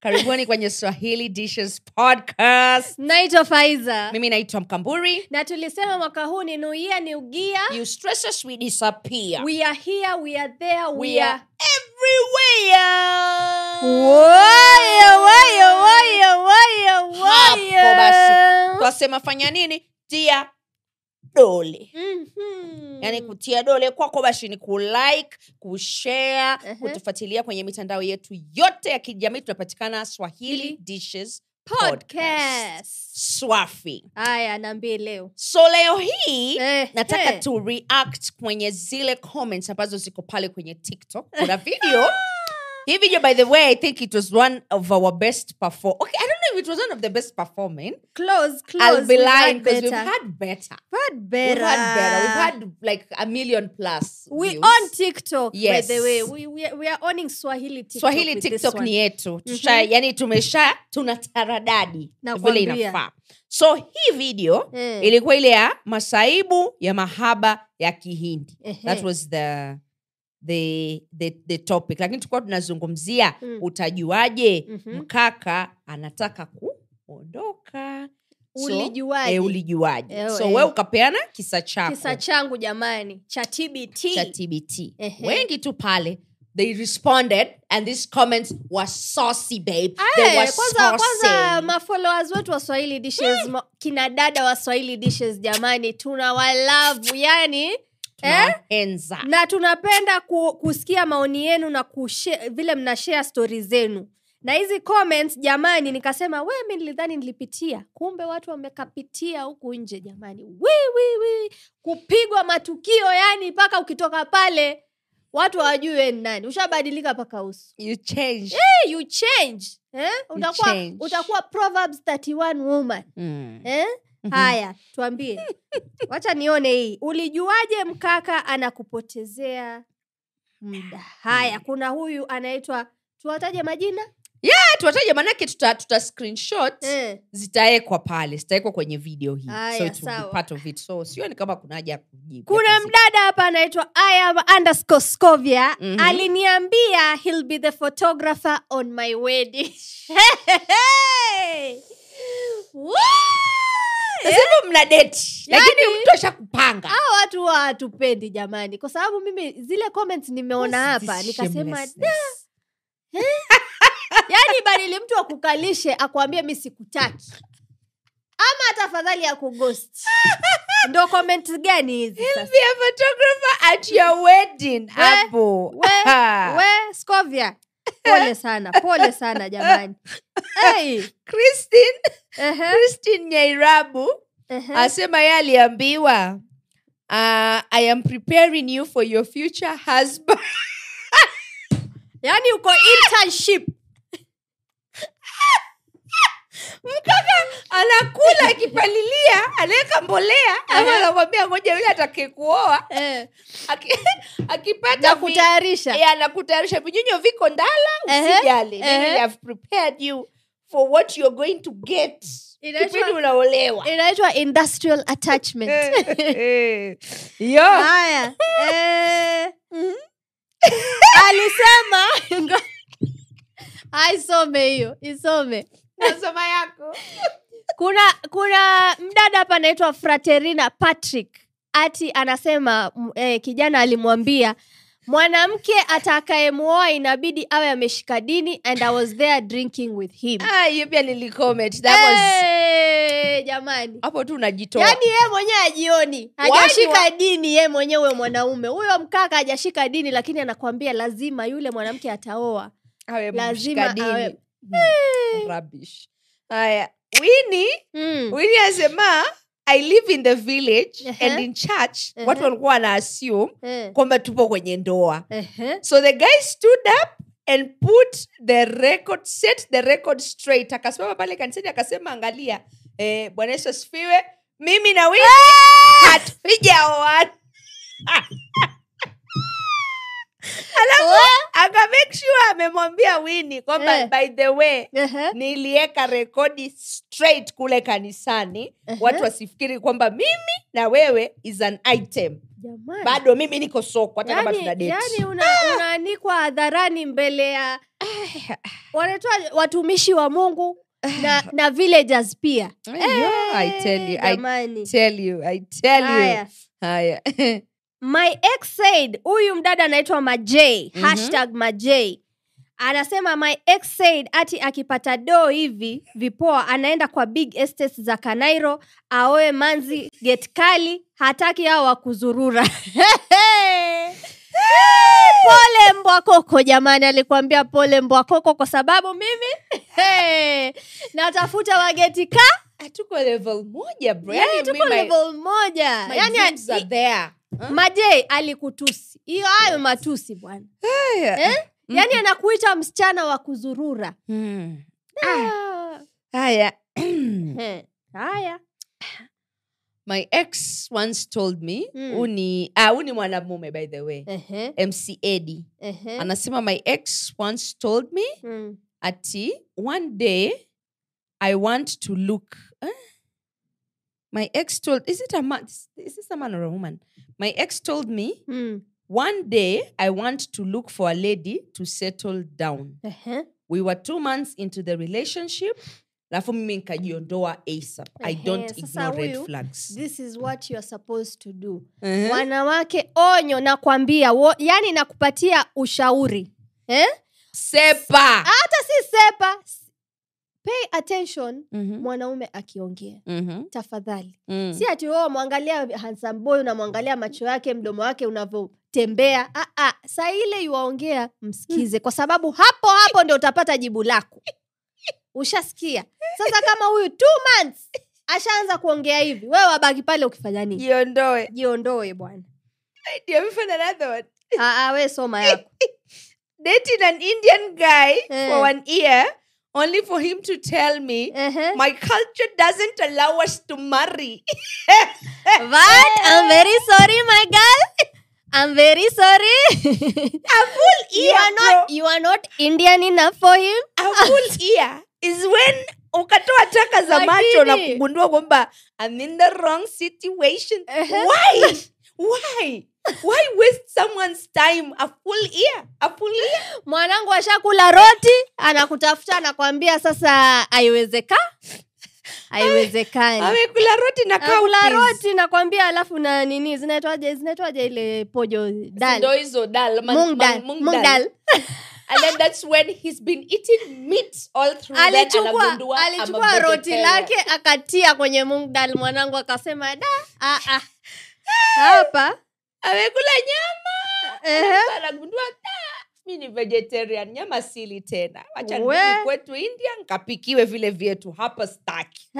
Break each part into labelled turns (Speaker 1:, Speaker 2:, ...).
Speaker 1: karibuni kwenye swahili dishes podcast
Speaker 2: naitwa faiza
Speaker 1: mimi naitwa mkamburi
Speaker 2: na tulisema mwaka huu ni new year new gear
Speaker 1: you stress us we disappear
Speaker 2: Ah. we are here we are there we,
Speaker 1: We are
Speaker 2: are
Speaker 1: everywhere
Speaker 2: Waya, waya, waya, waya, waya.
Speaker 1: Hapo basi. twasema fanya nini tia dole
Speaker 2: Mhm.
Speaker 1: yaani kutia dole kwako basi ni kulike kushare
Speaker 2: Ehe.
Speaker 1: kutufuatilia kwenye mitandao yetu yote ya kijamii tunapatikana swahili
Speaker 2: Hili.
Speaker 1: dishes
Speaker 2: podcast
Speaker 1: swafi
Speaker 2: haya na mbii leo
Speaker 1: so leo hii
Speaker 2: Eh,
Speaker 1: nataka
Speaker 2: eh.
Speaker 1: tu react kwenye zile comments ambazo ziko pale kwenye tiktok kuna video hii video by the way i think it was one of our best perform okay i don't know if it was one of the best performing
Speaker 2: close
Speaker 1: i'll
Speaker 2: close
Speaker 1: be
Speaker 2: we've had
Speaker 1: lying because we've
Speaker 2: better.
Speaker 1: had better
Speaker 2: We've had
Speaker 1: we've had better
Speaker 2: better.
Speaker 1: we've had like a million plus
Speaker 2: we
Speaker 1: views.
Speaker 2: on tiktok
Speaker 1: Yes.
Speaker 2: by the way we, we, are- we are owning swahili tiktok
Speaker 1: swahili
Speaker 2: with this
Speaker 1: tiktok
Speaker 2: one. Mhm.
Speaker 1: ni yetu Tusha, yani tumesha tuna taradadi vile
Speaker 2: Nakwambia.
Speaker 1: inafaa so hii video
Speaker 2: Eh.
Speaker 1: ilikuwa ile ya masaibu ya mahaba ya kihindi
Speaker 2: Ehe.
Speaker 1: that was the the the, the topic lakini tulikuwa tunazungumzia
Speaker 2: Mm.
Speaker 1: utajuaje
Speaker 2: Mhm.
Speaker 1: mkaka anataka kuondoka So,
Speaker 2: Ulijuaje?
Speaker 1: eh, ulijuaje
Speaker 2: Eh,
Speaker 1: so
Speaker 2: eh.
Speaker 1: we ukapeana kisa chako
Speaker 2: kisa changu jamani cha tbt
Speaker 1: cha tbt
Speaker 2: Ehe.
Speaker 1: wengi tu pale they responded and these comments were saucy babe
Speaker 2: Eh,
Speaker 1: they were Hmm.
Speaker 2: kwanza kwanza
Speaker 1: saucy.
Speaker 2: mafollowers wetu wa swahili dishes ma- kina dada wa swahili dishes jamani tuna walavu yani eh?
Speaker 1: Tunawaenza.
Speaker 2: na tunapenda ku, kusikia maoni yenu na kushe, vile mnashare stori zenu na hizi comments jamani nikasema we mi nilidhani nilipitia kumbe watu wamekapitia huku nje jamani wiwiwi kupigwa matukio yani mpaka ukitoka pale watu hawajui we ni nani ushabadilika mpaka uso
Speaker 1: you change
Speaker 2: Hey, you change eh? utakuwa,
Speaker 1: change.
Speaker 2: utakuwa proverbs 31 woman
Speaker 1: Mm.
Speaker 2: eh?
Speaker 1: Mhm.
Speaker 2: haya tuambie wacha nione hii ulijuaje mkaka anakupotezea muda haya kuna huyu anaitwa tuwataje majina
Speaker 1: Ah, tuwataje manake tuta, tuta screenshot
Speaker 2: eh.
Speaker 1: zitawekwa pale zitawekwa kwenye video hii so
Speaker 2: Aya,
Speaker 1: it will be
Speaker 2: sawa.
Speaker 1: part of it so sioni kama kuna haja ya kujibu.
Speaker 2: kuna mdada hapa anaitwa I am underscore scovia
Speaker 1: Mhm.
Speaker 2: aliniambia he'll be the photographer on my wedding Woo!
Speaker 1: Sasa hivyo mna deti
Speaker 2: Yaani- Ah,
Speaker 1: lakini mtu ashakupanga
Speaker 2: hao watu huwa hawatupendi jamani kwa sababu mimi zile comments nimeona
Speaker 1: What's this
Speaker 2: hapa nikasema
Speaker 1: shamelessness?
Speaker 2: yani badili Yaani mtu akukalishe akwambie mi sikutaki ama tafadhali ya kugost ndo comment gani hizi sasa?
Speaker 1: Be a photographer at your wedding hapo
Speaker 2: we- we scovia pole sana pole sana jamani hey,
Speaker 1: Christine
Speaker 2: Eh? ehe,
Speaker 1: Christine Nyairabu
Speaker 2: ehe.
Speaker 1: asema yeye aliambiwa uh, I am preparing you for your future husband
Speaker 2: yani Yaani uko internship
Speaker 1: mkaka anakula akipalilia anaweka mbolea ama anakwambia ngoja yule atakekuoa
Speaker 2: eh,
Speaker 1: Aki- akipata
Speaker 2: na
Speaker 1: vi-
Speaker 2: kutayarisha
Speaker 1: Eh, anakutayarisha vinyunyo viko ndala
Speaker 2: Ehe,
Speaker 1: usijali mimi
Speaker 2: ehe.
Speaker 1: have prepared you for what you're going to get
Speaker 2: Inaitwa-
Speaker 1: kipindi unaolewa
Speaker 2: inaitwa industrial
Speaker 1: Eh.
Speaker 2: attachment eh.
Speaker 1: yo
Speaker 2: haya eh, alisema Ngo- Ah, isome hiyo isome
Speaker 1: nasoma yako
Speaker 2: kuna kuna mdada hapa anaitwa fraterina patrick ati anasema m- eh, kijana alimwambia mwanamke atakayemwoa inabidi awe ameshika dini and i was there drinking with him
Speaker 1: Ah, hiyo pia nilicomment that was
Speaker 2: Eh, jamani
Speaker 1: hapo tu unajitoa
Speaker 2: yaani ye mwenyewe ajioni
Speaker 1: Wani
Speaker 2: hajashika
Speaker 1: Yaani wa-
Speaker 2: dini ye mwenyewe mwanaume huyo mkaka hajashika dini lakini anakwambia lazima yule mwanamke ataoa
Speaker 1: awe
Speaker 2: lazima
Speaker 1: mshika dini.
Speaker 2: awe- Eh.
Speaker 1: Hmm, rubbish haya wini
Speaker 2: mm.
Speaker 1: wini asema i live in the village
Speaker 2: Ehe.
Speaker 1: and in church
Speaker 2: Ehe.
Speaker 1: watu walikuwa wana assume
Speaker 2: eh.
Speaker 1: kwamba tupo kwenye ndoa
Speaker 2: Ehe.
Speaker 1: so the guy stood up and put the record set the record straight akasimama pale kanisani akasema angalia eh, bwana yesu asifiwe mimi na wii hatujaoana alafu akamake sure amemwambia wini kwamba
Speaker 2: Eh.
Speaker 1: by the way
Speaker 2: Ehe.
Speaker 1: nilieka rekodi straight kule kanisani
Speaker 2: Ehe.
Speaker 1: watu wasifikiri kwamba mimi na wewe is an item
Speaker 2: jamani
Speaker 1: bado mimi niko soko hata kama tuna
Speaker 2: yani,
Speaker 1: date Ah!
Speaker 2: yani una, unaanikwa hadharani mbele ya
Speaker 1: Eh.
Speaker 2: wanatoa watumishi wa mungu na, na villagers pia
Speaker 1: Aiyo, Eh. Ah, I tell you,
Speaker 2: Eh,
Speaker 1: I
Speaker 2: jamani.
Speaker 1: tell you, I tell you.
Speaker 2: Haya.
Speaker 1: Haya.
Speaker 2: my ex said huyu mdada anaitwa majei
Speaker 1: Mhm.
Speaker 2: hashtag majei anasema my ex said ati akipata doo hivi vipoa anaenda kwa big estates za kanairo aoe manzi get kali hataki hao wa kuzurura pole mbwakoko jamani alikwambia pole mbwakoko kwa sababu mimi natafuta wageti ka
Speaker 1: hatuko level moja bro.
Speaker 2: yani
Speaker 1: Yaani
Speaker 2: tuko
Speaker 1: mi my-
Speaker 2: level moja Yaani
Speaker 1: my
Speaker 2: yani
Speaker 1: dreams are there. Huh?
Speaker 2: majei alikutusi hiyo hayo matusi bwana
Speaker 1: Haya.
Speaker 2: Eh? yaani anakuita msichana wa kuzurura
Speaker 1: Mm.
Speaker 2: Ah,
Speaker 1: Haya.
Speaker 2: eh, haya
Speaker 1: my ex once told me
Speaker 2: Mm.
Speaker 1: uni ah, uni mwanamume by the way
Speaker 2: Ehe,
Speaker 1: mc edi
Speaker 2: ehe,
Speaker 1: anasema my ex once told me
Speaker 2: mm.
Speaker 1: ati one day i want to look eh? my ex told is it a man is this a man or a woman my ex told me
Speaker 2: Mm.
Speaker 1: one day i want to look for a lady to settle down
Speaker 2: Ehe,
Speaker 1: we were two months into the relationship alafu mimi nikajiondoa asap i
Speaker 2: Ehe,
Speaker 1: don't
Speaker 2: sasa
Speaker 1: ignore red
Speaker 2: huyu-
Speaker 1: flags Uh-huh.
Speaker 2: this is what you're supposed to do
Speaker 1: Ehe.
Speaker 2: wanawake onyo nakwambia wo, yani nakupatia ushauri eh?
Speaker 1: sepa
Speaker 2: hata si sepa s- pay attention
Speaker 1: Mhm,
Speaker 2: mwanaume akiongea
Speaker 1: mhm,
Speaker 2: tafadhali
Speaker 1: mm.
Speaker 2: si ati wewe mwangalia handsome boy unamwangalia macho yake mdomo wake unavyotembea Ah, ah, saa ile yuwaongea msikize kwa sababu hapo hapo ndio utapata jibu lako ushasikia sasa kama huyu two months ashaanza kuongea hivi wewe wabaki pale ukifanya nini
Speaker 1: jiondoe
Speaker 2: jiondoe bwana
Speaker 1: Have you found another one?
Speaker 2: Ah, ah, we soma yako
Speaker 1: dated an Indian guy for
Speaker 2: Eh.
Speaker 1: one year, only for him to tell me
Speaker 2: Ehe.
Speaker 1: my culture doesn't allow us to marry.
Speaker 2: What? I'm very sorry my girl I'm very sorry
Speaker 1: A full
Speaker 2: you,
Speaker 1: year,
Speaker 2: are not, you are not Indian enough for him
Speaker 1: bro. a full year is when ukatoa taka za macho na
Speaker 2: Lakini-
Speaker 1: kugundua kwamba I'm in the wrong situation.
Speaker 2: Ehe.
Speaker 1: Why? Why? Why waste someone's time a full year? A full year?
Speaker 2: mwanangu ashakula roti anakutafuta anakwambia sasa haiwezeka haiwezekani
Speaker 1: Amekula roti na
Speaker 2: kula
Speaker 1: cowpeas.
Speaker 2: roti nakwambia alafu na nini zinaitwaje zinaitwaje ile pojo dal
Speaker 1: Ndo hizo dal, man-
Speaker 2: Mung dal,
Speaker 1: man- mung dal.
Speaker 2: mung dal.
Speaker 1: and then that's when he's been eating meat all through then
Speaker 2: alichukua
Speaker 1: anagundua I'm a
Speaker 2: alichukua roti
Speaker 1: vegetarian.
Speaker 2: lake akatia kwenye mungdal mwanangu akasema da ah, ah. hapa
Speaker 1: amekula nyama
Speaker 2: ehe,
Speaker 1: Alafu anagundua "Ah, mi ni vegetarian nyama sili tena wacha
Speaker 2: We.
Speaker 1: nirudi kwetu india nkapikiwe vile vyetu hapa staki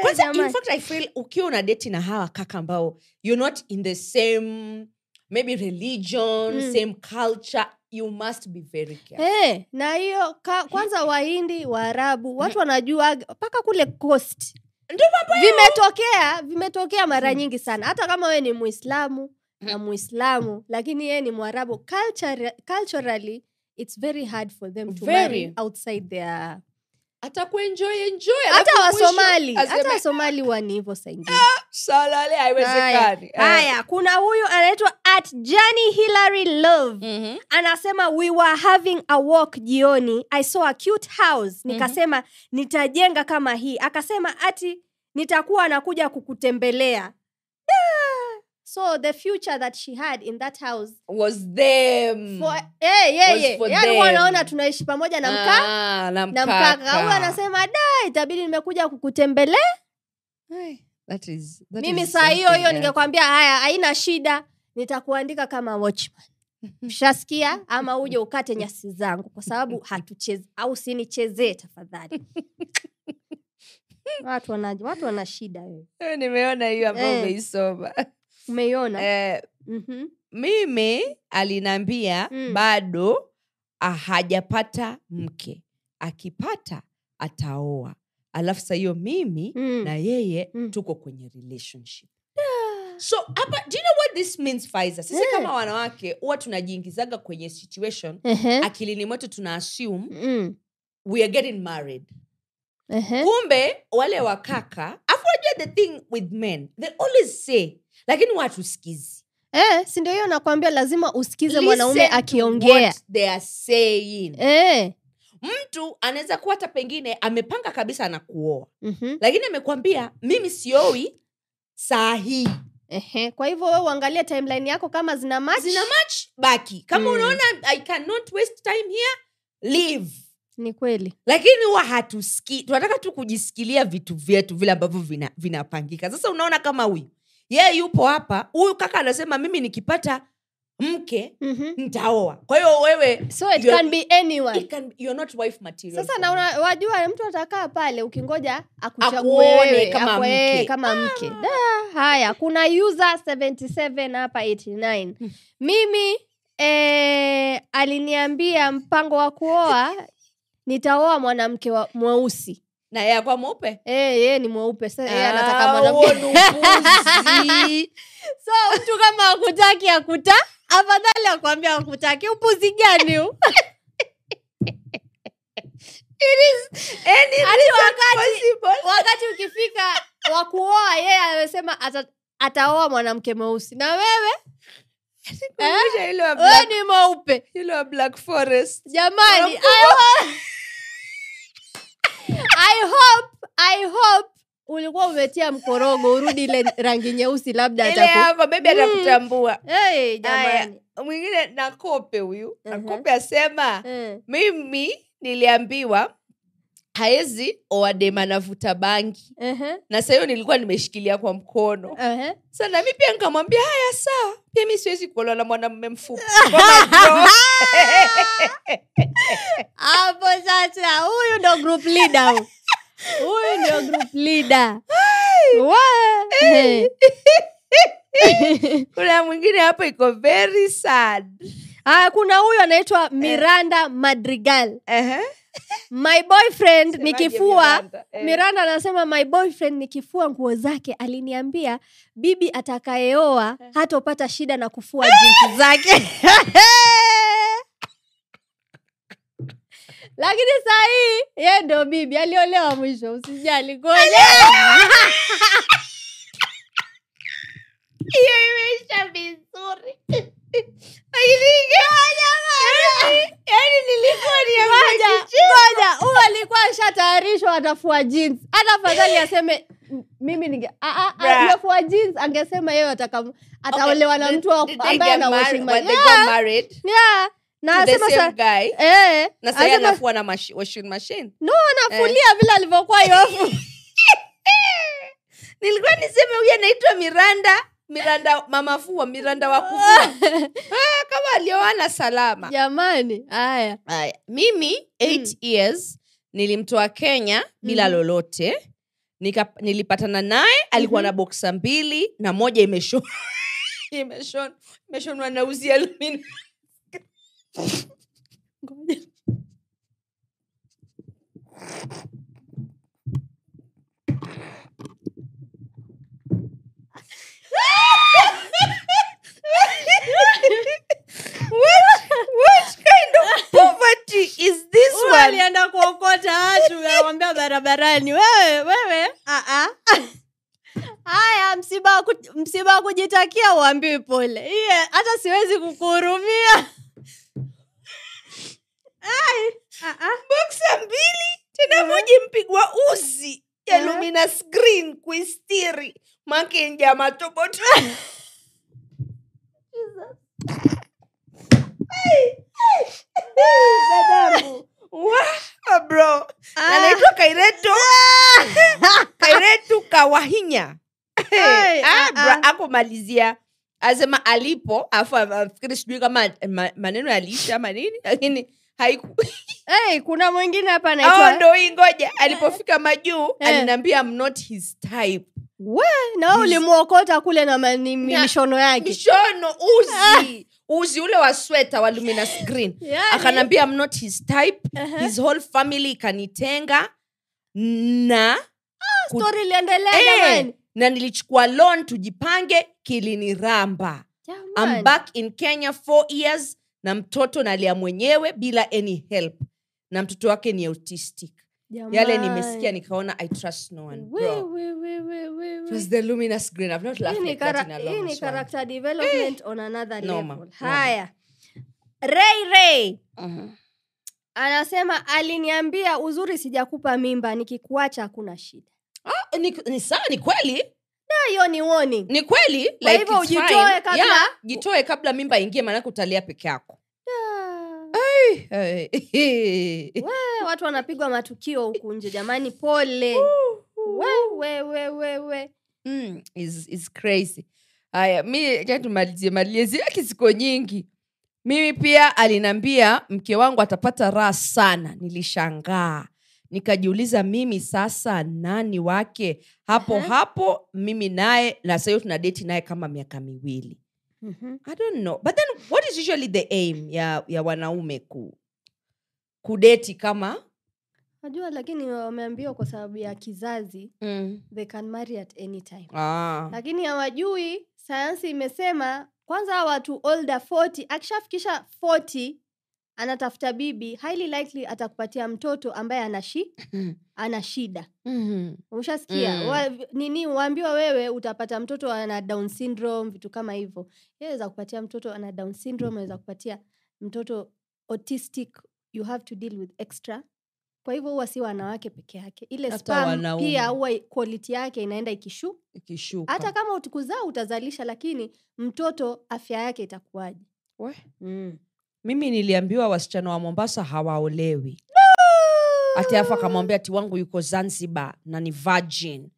Speaker 1: kwanza in
Speaker 2: jamani.
Speaker 1: fact i feel ukiwa una deti na hawa kaka ambao you're not in the same maybe religion
Speaker 2: Mm.
Speaker 1: same culture you must be very careful
Speaker 2: Eh, na hiyo ka- kwanza wahindi waarabu watu wanajua mpaka kule coast
Speaker 1: Ndio Hmm.
Speaker 2: vimetokea vimetokea mara nyingi sana hata kama wewe ni muislamu na muislamu lakini yeye ni mwarabu Culture, culturally it's very hard for them to
Speaker 1: Very.
Speaker 2: marry outside their
Speaker 1: hata kuenjoy enjoy
Speaker 2: hata
Speaker 1: alafu Eh, mwisho
Speaker 2: wasomali hata
Speaker 1: aseme,
Speaker 2: wasomali wani hivyo saingine
Speaker 1: "Salale, Ah, haiwezekani." Ah.
Speaker 2: haya kuna huyu anaitwa at jani hilary love
Speaker 1: Mhm.
Speaker 2: anasema we were having a walk jioni i saw a cute house
Speaker 1: Mhm.
Speaker 2: nikasema nitajenga kama hii akasema ati nitakuwa anakuja kukutembelea Da! so the future that she had in that house
Speaker 1: was them
Speaker 2: for, eh,
Speaker 1: Mm. Was
Speaker 2: yeye
Speaker 1: for
Speaker 2: yani huwa
Speaker 1: them.
Speaker 2: anaona tunaishi pamoja na mkaa
Speaker 1: Ah, na
Speaker 2: na
Speaker 1: mkaka.
Speaker 2: mkaka huyu anasema da itabidi nimekuja kukutembelea
Speaker 1: Ai, that is- that
Speaker 2: mimi
Speaker 1: is
Speaker 2: saa hiyo
Speaker 1: something
Speaker 2: hiyo
Speaker 1: else.
Speaker 2: ningekwambia haya haina shida nitakuandika kama watchman mshasikia ama uje ukate nyasi zangu kwa sababu hatuchezi au sinichezee tafadhali watu wana watu wana shida wewe
Speaker 1: Eh, nimeona hiyo ambayo
Speaker 2: Eh.
Speaker 1: umeisoma
Speaker 2: umeiona
Speaker 1: Eh,
Speaker 2: Mhm.
Speaker 1: mimi aliniambia
Speaker 2: Mm.
Speaker 1: bado ah, hajapata mke akipata ataoa alafu sa hiyo mimi
Speaker 2: Mm.
Speaker 1: na yeye
Speaker 2: Mm.
Speaker 1: tuko kwenye relationship so hapa do you know what this means Faiza? sisi
Speaker 2: Eh.
Speaker 1: kama wanawake huwa tunajiingizaga kwenye situation
Speaker 2: Ehe.
Speaker 1: akilini mwetu tuna assume
Speaker 2: Mm.
Speaker 1: we are getting married
Speaker 2: Ehe.
Speaker 1: kumbe wale wakaka afu unajua the thing with men they always say lakini watusikizi
Speaker 2: eh, si ndio hiyo nakwambia lazima usikize
Speaker 1: Listen
Speaker 2: mwanaume
Speaker 1: to
Speaker 2: akiongea
Speaker 1: what they are saying
Speaker 2: eh.
Speaker 1: mtu anaweza kuwa hata pengine amepanga kabisa anakuoa
Speaker 2: mhm,
Speaker 1: lakini amekwambia mimi sioi saa hii
Speaker 2: ehe. kwa hivyo we uangalie timeline yako kama zina match,
Speaker 1: zina match baki kama
Speaker 2: Mm.
Speaker 1: mm. unaona i cannot waste time here leave
Speaker 2: ni kweli
Speaker 1: lakini huwa hatusikii tunataka tu kujisikilia vitu vyetu vile ambavyo vina- vinapangika sasa unaona kama huyu yeye yupo hapa huyu kaka anasema mimi nikipata mke
Speaker 2: Mhm.
Speaker 1: nitaoa kwa hiyo wewe
Speaker 2: so it
Speaker 1: You're-
Speaker 2: can be anyone
Speaker 1: it can, you're not wife material
Speaker 2: sasa
Speaker 1: for
Speaker 2: na
Speaker 1: me.
Speaker 2: una, wajua mtu atakaa pale ukingoja
Speaker 1: Akuone
Speaker 2: akuchague
Speaker 1: kama mke.
Speaker 2: kama mke Ah. da haya kuna user 77 hapa 89
Speaker 1: Hmm.
Speaker 2: mimi eh, aliniambia mpango wa kuoa nitaoa mwanamke wa- mweusi
Speaker 1: na yeye akuwa mweupe
Speaker 2: Eh, yeye ni mweupe sasa yeye anataka
Speaker 1: Ah, huo
Speaker 2: mwanamke
Speaker 1: ni upuzi.
Speaker 2: so mtu kama akutaki akuta afadhali akwambia akutaki upuzi gani huu
Speaker 1: Any
Speaker 2: Hadi
Speaker 1: reason
Speaker 2: wakati-
Speaker 1: possible.
Speaker 2: wakati ukifika wa kuoa yeye anasema ata, ataoa mwanamke mweusi na wewe
Speaker 1: Kumbusha ile wa
Speaker 2: wewe
Speaker 1: Black-
Speaker 2: ni mweupe
Speaker 1: ile wa black forest
Speaker 2: jamani I,
Speaker 1: Mwanamke
Speaker 2: ho- I hope I hope ulikuwa umetia mkorogo urudi ile rangi nyeusi labda
Speaker 1: ile
Speaker 2: ataku
Speaker 1: yako bebi
Speaker 2: Mm.
Speaker 1: atakutambua
Speaker 2: hey,
Speaker 1: Aya.
Speaker 2: jamani
Speaker 1: mwingine nakope huyu
Speaker 2: Mhm.
Speaker 1: nakope asema
Speaker 2: Eh.
Speaker 1: mimi niliambiwa haezi owadema navuta bangi
Speaker 2: Ehe,
Speaker 1: na saa hiyo nilikuwa nimeshikilia kwa mkono
Speaker 2: ehe.
Speaker 1: sa nami pia nikamwambia haya sawa pia mi siwezi kuolewa na mwanamume mfupi Kwa macho.
Speaker 2: hapo sasa huyu ndo group leader huyu. huyu ndio group leader Wa- Eh.
Speaker 1: kuna mwingine hapo iko very sad
Speaker 2: Ah, kuna huyu
Speaker 1: Eh.
Speaker 2: anaitwa miranda madrigal
Speaker 1: Ehe.
Speaker 2: my boyfriend ni
Speaker 1: Semaje
Speaker 2: kifua
Speaker 1: Miranda? Eh.
Speaker 2: miranda anasema my boyfriend ni kifua nguo zake aliniambia bibi atakayeoa
Speaker 1: Eh.
Speaker 2: hatopata shida na kufua jinsi zake lakini saa hii ye ndo bibi aliolewa mwisho usijali ngoja
Speaker 1: hiyo imeisha vizuri lakini
Speaker 2: Yaani,
Speaker 1: yani nilikuwa
Speaker 2: Ngoja, ngoja huyu alikuwa ashatayarishwa atafua jeans hata afadhali aseme "M- mimi ninge- a- a- a-
Speaker 1: Bruh.
Speaker 2: amefua jeans angesema yeye ataka- ataolewa na mtu wa- ambaye ana washing ma- Yeah,
Speaker 1: anawashi
Speaker 2: yeah. na asema sa- eh,
Speaker 1: na sai
Speaker 2: asema
Speaker 1: anafua na mashi- washing machine
Speaker 2: anafulia
Speaker 1: Eh.
Speaker 2: vile alivyokuwa yofu
Speaker 1: nilikuwa niseme huyu anaitwa miranda miranda mamafua miranda wakufua Ah, kama alioana salama
Speaker 2: jamani haya
Speaker 1: Aya. mimi eight years nilimtoa kenya bila
Speaker 2: Mhm.
Speaker 1: lolote Nika, nilipatana naye alikuwa
Speaker 2: Mhm.
Speaker 1: na boksa mbili na moja imesho- imeshon- imeshonwa na uzi alumini what, what kind of poverty is this
Speaker 2: Huyu
Speaker 1: one?
Speaker 2: alienda kuokota watu nawambia barabarani wewe wewe ah,
Speaker 1: Uh-uh.
Speaker 2: ah. haya msiba wa ku- msiba wa kujitakia uambii pole iye hata siwezi kukuhurumia Ai, ah, ah.
Speaker 1: boksa mbili tena moja impigwa uzi ya
Speaker 2: Mhm.
Speaker 1: lumina screen kuistiri makenja matoboto
Speaker 2: Ah.
Speaker 1: dadangu Wow, bro
Speaker 2: Ah.
Speaker 1: anaitwa kairetu kairetu kawahinya
Speaker 2: Hey,
Speaker 1: Ah,
Speaker 2: ah,
Speaker 1: bro,
Speaker 2: ah.
Speaker 1: akumalizia asema alipo afu afikiri sijui kama eh, ma- maneno yaliisha ama nini lakini haiku
Speaker 2: Hey, kuna mwingine hapa
Speaker 1: Oh,
Speaker 2: anaitwa
Speaker 1: ndo hii ngoja alipofika majuu
Speaker 2: Eh.
Speaker 1: aliniambia "I'm not his type
Speaker 2: We, na wewe ulimwokota kule na mani-
Speaker 1: Na-
Speaker 2: mishono yake Ah,
Speaker 1: mishono uzi uzi ule wa sweta wa lumina screen
Speaker 2: Yaani-
Speaker 1: akanambia "I'm not his type
Speaker 2: Aha.
Speaker 1: his whole family ikanitenga na ku-
Speaker 2: Story iliendelea
Speaker 1: Eh,
Speaker 2: jamani
Speaker 1: na nilichukua loan tujipange kiliniramba I'm
Speaker 2: Jamani.
Speaker 1: back in Kenya four years na mtoto nalia mwenyewe bila any help na mtoto wake ni autistic yale nimesikia nikaona i trust no one bro. It was the luminous green i've not laughed like that in a long Eh! time
Speaker 2: karakta development on another
Speaker 1: Noma,
Speaker 2: level
Speaker 1: noma.
Speaker 2: haya rei rei
Speaker 1: Mhm.
Speaker 2: anasema aliniambia uzuri sijakupa mimba nikikuacha hakuna shida
Speaker 1: Ah, ni, ni sawa ni kweli
Speaker 2: Na hiyo ni warning
Speaker 1: ni kweli
Speaker 2: Kwa
Speaker 1: like,
Speaker 2: hivyo
Speaker 1: it's fine.
Speaker 2: ujitoe kabla-
Speaker 1: Yeah, jitoe kabla mimba ingie maanake utalia peke yako
Speaker 2: Ah,
Speaker 1: Eh,
Speaker 2: we, watu wanapigwa matukio huku nje jamani pole we, we, we, we, we.
Speaker 1: Mm, is, is crazy haya mi cha tumalizie malizie zake ziko nyingi mimi pia aliniambia mke wangu atapata raha sana nilishangaa nikajiuliza mimi sasa nani wake hapo
Speaker 2: Aha.
Speaker 1: hapo mimi naye na sahiyo tuna deti naye kama miaka miwili
Speaker 2: Mhm.
Speaker 1: i don't know but then what is usually the aim ya, ya wanaume ku kudeti kama
Speaker 2: najua lakini wameambiwa kwa sababu ya kizazi
Speaker 1: mm.
Speaker 2: they can marry at any time
Speaker 1: ah.
Speaker 2: lakini hawajui sayansi imesema kwanza hawa watu older 40 akishafikisha 40 anatafuta bibi highly likely atakupatia mtoto ambaye ana shi ana shida
Speaker 1: mm-hmm.
Speaker 2: mhm. umeshasikia
Speaker 1: Mm.
Speaker 2: Wa- nini waambiwa wewe utapata mtoto ana down syndrome vitu kama hivyo Yeye aweza kupatia mtoto ana down syndrome aweza kupatia mtoto autistic you have to deal with extra kwa hivyo huwa si wanawake peke yake ile
Speaker 1: Hata
Speaker 2: sperm
Speaker 1: wanaume.
Speaker 2: pia huwa quality yake inaenda ikishuka
Speaker 1: ikishuka
Speaker 2: hata kama utukuzaa utazalisha lakini mtoto afya yake itakuwaje
Speaker 1: We.
Speaker 2: mm.
Speaker 1: mimi niliambiwa wasichana wa mombasa hawaolewi
Speaker 2: Ah.
Speaker 1: ati afu akamwambia ati wangu yuko zanzibar na ni virgin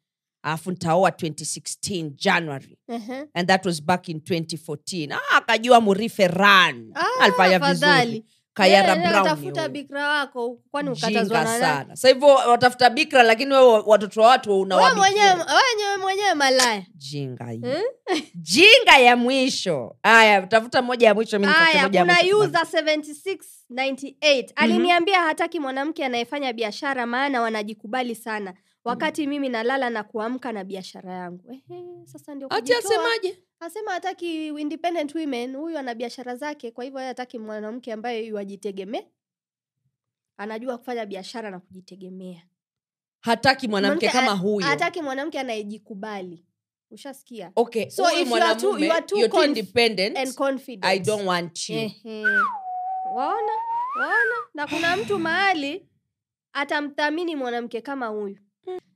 Speaker 1: alafu ntaoa 2016 january
Speaker 2: Ehe.
Speaker 1: and that was back in 2014 ah, akajua murife ran
Speaker 2: Ah,
Speaker 1: alifanya vizuri
Speaker 2: afadhali.
Speaker 1: kayara
Speaker 2: Wewe
Speaker 1: brown
Speaker 2: tafuta
Speaker 1: ni huyo.
Speaker 2: bikra wako kwani ukatazwa
Speaker 1: Jinga
Speaker 2: na nani?
Speaker 1: sana sa hivyo watafuta bikra lakini wewe watoto wa watu
Speaker 2: Wewe mwenyewe
Speaker 1: unawabikira
Speaker 2: wewe mwenyewe malaya
Speaker 1: jinga hii.
Speaker 2: Eh?
Speaker 1: jinga ya mwisho aya tafuta moja ya mwisho mimi nitafute
Speaker 2: haya
Speaker 1: moja ya
Speaker 2: kuna
Speaker 1: mwisho.
Speaker 2: user 7698
Speaker 1: Mhm.
Speaker 2: aliniambia hataki mwanamke anayefanya biashara maana wanajikubali sana
Speaker 1: Mhm.
Speaker 2: wakati mimi nalala na kuamka na biashara yangu Ehe, sasa ndio
Speaker 1: ati
Speaker 2: kujitoa.
Speaker 1: asemaje
Speaker 2: asema hataki independent women huyu ana biashara zake kwa hivyo yeye hataki mwanamke ambaye yuajitegemee anajua kufanya biashara na kujitegemea
Speaker 1: hataki mwanamke
Speaker 2: Mwanamke eh,
Speaker 1: kama huyo
Speaker 2: hataki mwanamke anayejikubali ushasikia
Speaker 1: okay
Speaker 2: So
Speaker 1: huyu
Speaker 2: if you are too-
Speaker 1: mwanamume,
Speaker 2: you are too
Speaker 1: you're too
Speaker 2: conf-
Speaker 1: independent,
Speaker 2: and Eh.
Speaker 1: i
Speaker 2: confident
Speaker 1: don't want you
Speaker 2: Ehe. waona waona na kuna mtu mahali atamthamini mwanamke kama huyu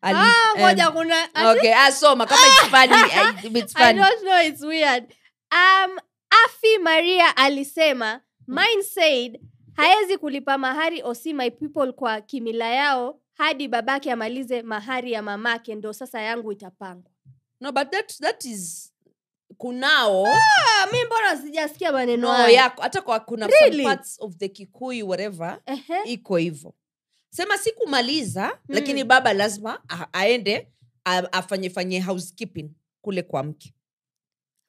Speaker 1: Ali-
Speaker 2: Ah,
Speaker 1: em,
Speaker 2: ngoja kuna ati- Ah!
Speaker 1: okay asoma kama it's funny, I- it's
Speaker 2: I
Speaker 1: funny.
Speaker 2: don't know it's weird. Um, Afi Maria alisema mine said haezi kulipa mahari or see my people kwa kimila yao hadi babake amalize mahari ya mamake ndo sasa yangu itapangwa.
Speaker 1: no but that, that is kunao
Speaker 2: Ah, mi mbona sijasikia maneno
Speaker 1: no
Speaker 2: haya?
Speaker 1: yako hata kwa kuna
Speaker 2: Really?
Speaker 1: some parts of the kikuyu whatever
Speaker 2: Ehe.
Speaker 1: iko hivyo sema sikumaliza
Speaker 2: Hmm.
Speaker 1: lakini baba lazima a- aende a- afanye fanye housekeeping kule kwa mke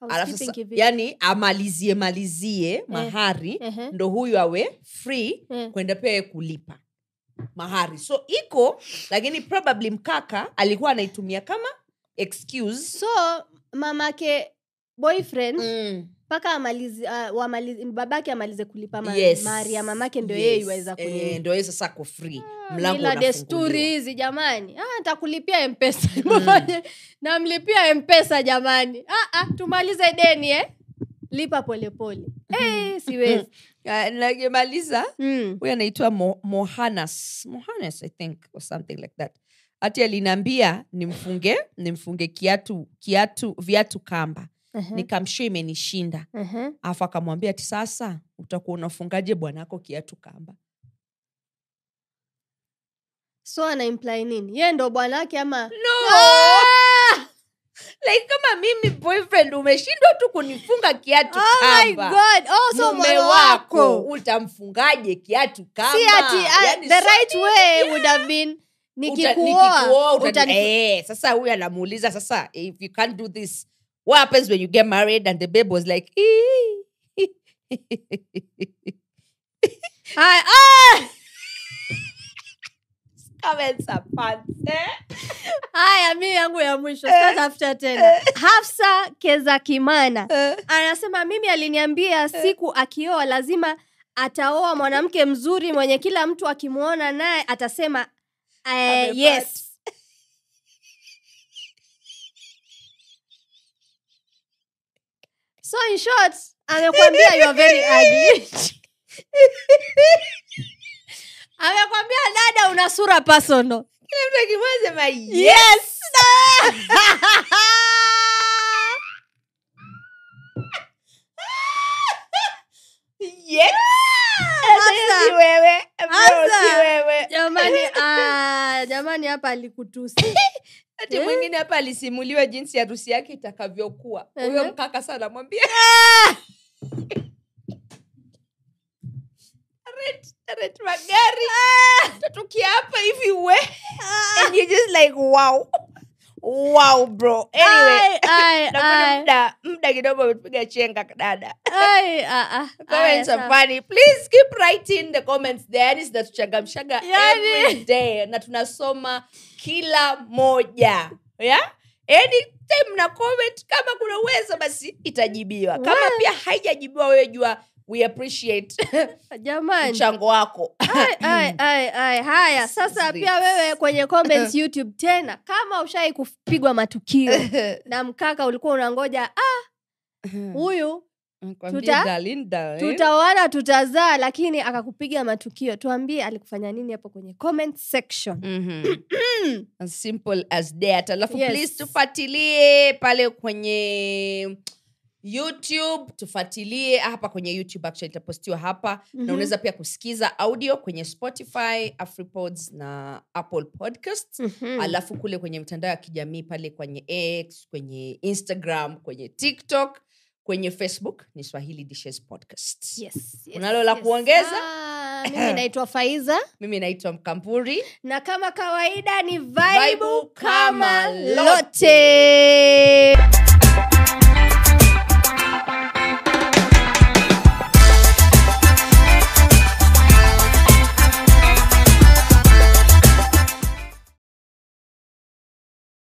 Speaker 1: alafu
Speaker 2: Housekeeping
Speaker 1: sasa-
Speaker 2: kivipi? Eh.
Speaker 1: yani amalizie malizie mahari
Speaker 2: Ehe.
Speaker 1: ndo huyu awe free
Speaker 2: Eh.
Speaker 1: kwenda pia yeye kulipa mahari so iko lakini probably mkaka alikuwa anaitumia kama excuse
Speaker 2: So mamake boyfriend
Speaker 1: mm.
Speaker 2: mpaka amalize uh, wamalize, babake amalize kulipa ma-
Speaker 1: yes.
Speaker 2: mahari ya mamake ndio
Speaker 1: Yes.
Speaker 2: yeye iweza kunini.
Speaker 1: Eh, ndio yeye sasa ako free mlango
Speaker 2: mila desturi
Speaker 1: unafunguliwa. Mm.
Speaker 2: hizi jamani ah, ntakulipia mpesa Mfanye- namlipia mpesa jamani ah, ah, tumalize deni eh? lipa polepole
Speaker 1: Mm-hmm.
Speaker 2: hey, siwezi
Speaker 1: Ah, nakimaliza
Speaker 2: mm.
Speaker 1: huyu anaitwa Mo, mohanas mohanas i think or something like that hati aliniambia nimfunge nimfunge kiatu kiatu viatu kamba nikamshua imenishinda
Speaker 2: uh-huh.
Speaker 1: alafu akamwambia ti sasa utakuwa unafungaje bwanako kiatu kamba
Speaker 2: so anaimply nini ye ndo bwana wake ama
Speaker 1: no like kama mimi boyfriend umeshindwa tu kunifunga kiatu
Speaker 2: oh my
Speaker 1: kamba
Speaker 2: god oh, so
Speaker 1: mume
Speaker 2: mume
Speaker 1: wako
Speaker 2: wako
Speaker 1: utamfungaje kiatu kamba
Speaker 2: si ati ah,
Speaker 1: Yaani
Speaker 2: the
Speaker 1: si-
Speaker 2: right way would have been
Speaker 1: uta-
Speaker 2: nikikuoa
Speaker 1: nikikuoa, utani-
Speaker 2: utani-
Speaker 1: eh, sasa huyu anamuuliza sasa if you can't do this what happens when you get married and the babe was like "Ee."
Speaker 2: Haya, ah!
Speaker 1: Comments are fun, eh?
Speaker 2: haya mi yangu ya mwisho sitatafuta tena hafsa keza kimana
Speaker 1: Eh.
Speaker 2: anasema mimi aliniambia siku akioa lazima ataoa mwanamke mzuri mwenye kila mtu akimwona naye atasema Eh,
Speaker 1: Amepata.
Speaker 2: yes so in short amekwambia you are very ugly amekwambia dada una sura personal
Speaker 1: kila mtu akimwazema
Speaker 2: yes Ah, Sasa.
Speaker 1: wewe bro, si
Speaker 2: Sasa.
Speaker 1: wewe
Speaker 2: jamani ah, jamani hapa alikutusi Eh?
Speaker 1: hati mwingine hapa alisimuliwa jinsi harusi yake itakavyokuwa huyo
Speaker 2: Aha.
Speaker 1: mkaka sana anamwambia
Speaker 2: Ah!
Speaker 1: "Rent- rent magari
Speaker 2: Ah!
Speaker 1: tutukia hapa hivi we and you're just like wow wow bro anyway
Speaker 2: Ai, ai,
Speaker 1: na kuna
Speaker 2: ai.
Speaker 1: muda muda kidogo amepiga chenga dada
Speaker 2: Ai, ah, ah.
Speaker 1: comments
Speaker 2: Aya,
Speaker 1: are
Speaker 2: sawa.
Speaker 1: funny please keep writing the comments there yani zinatuchangamshaga
Speaker 2: Yani.
Speaker 1: every day na tunasoma kila moja yeah? anytime na comment kama kuna uwezo basi itajibiwa kama
Speaker 2: Well.
Speaker 1: pia haijajibiwa wewe jua we appreciate
Speaker 2: jamani
Speaker 1: mchango wako
Speaker 2: Ai, ai, ai, ai. haya sasa
Speaker 1: Sweet.
Speaker 2: pia wewe kwenye comments youtube tena kama ushai kupigwa matukio na mkaka ulikuwa unangoja "Ah,
Speaker 1: Hmm.
Speaker 2: huyu
Speaker 1: Nikwambie
Speaker 2: Tuta-
Speaker 1: darling, darling.
Speaker 2: tutaoana tutazaa lakini akakupiga matukio tuambie alikufanya nini hapo kwenye comment section
Speaker 1: Mhm. As simple as that alafu
Speaker 2: Yes.
Speaker 1: please tufuatilie pale kwenye youtube tufuatilie hapa kwenye youtube actually itapostiwa hapa
Speaker 2: Mhm.
Speaker 1: na unaweza pia kusikiza audio kwenye spotify afripods na apple podcast
Speaker 2: Mhm.
Speaker 1: alafu kule kwenye mitandao ya kijamii pale kwenye x kwenye instagram kwenye tiktok kwenye facebook ni swahili dishes podcast
Speaker 2: Yes, yes,
Speaker 1: Unalo la
Speaker 2: yes.
Speaker 1: kuongeza?
Speaker 2: Ah, mimi naitwa faiza
Speaker 1: mimi naitwa mkampuri
Speaker 2: na kama kawaida ni
Speaker 1: Vaibu
Speaker 2: vaibu
Speaker 1: kama
Speaker 2: kama
Speaker 1: lote.
Speaker 2: lote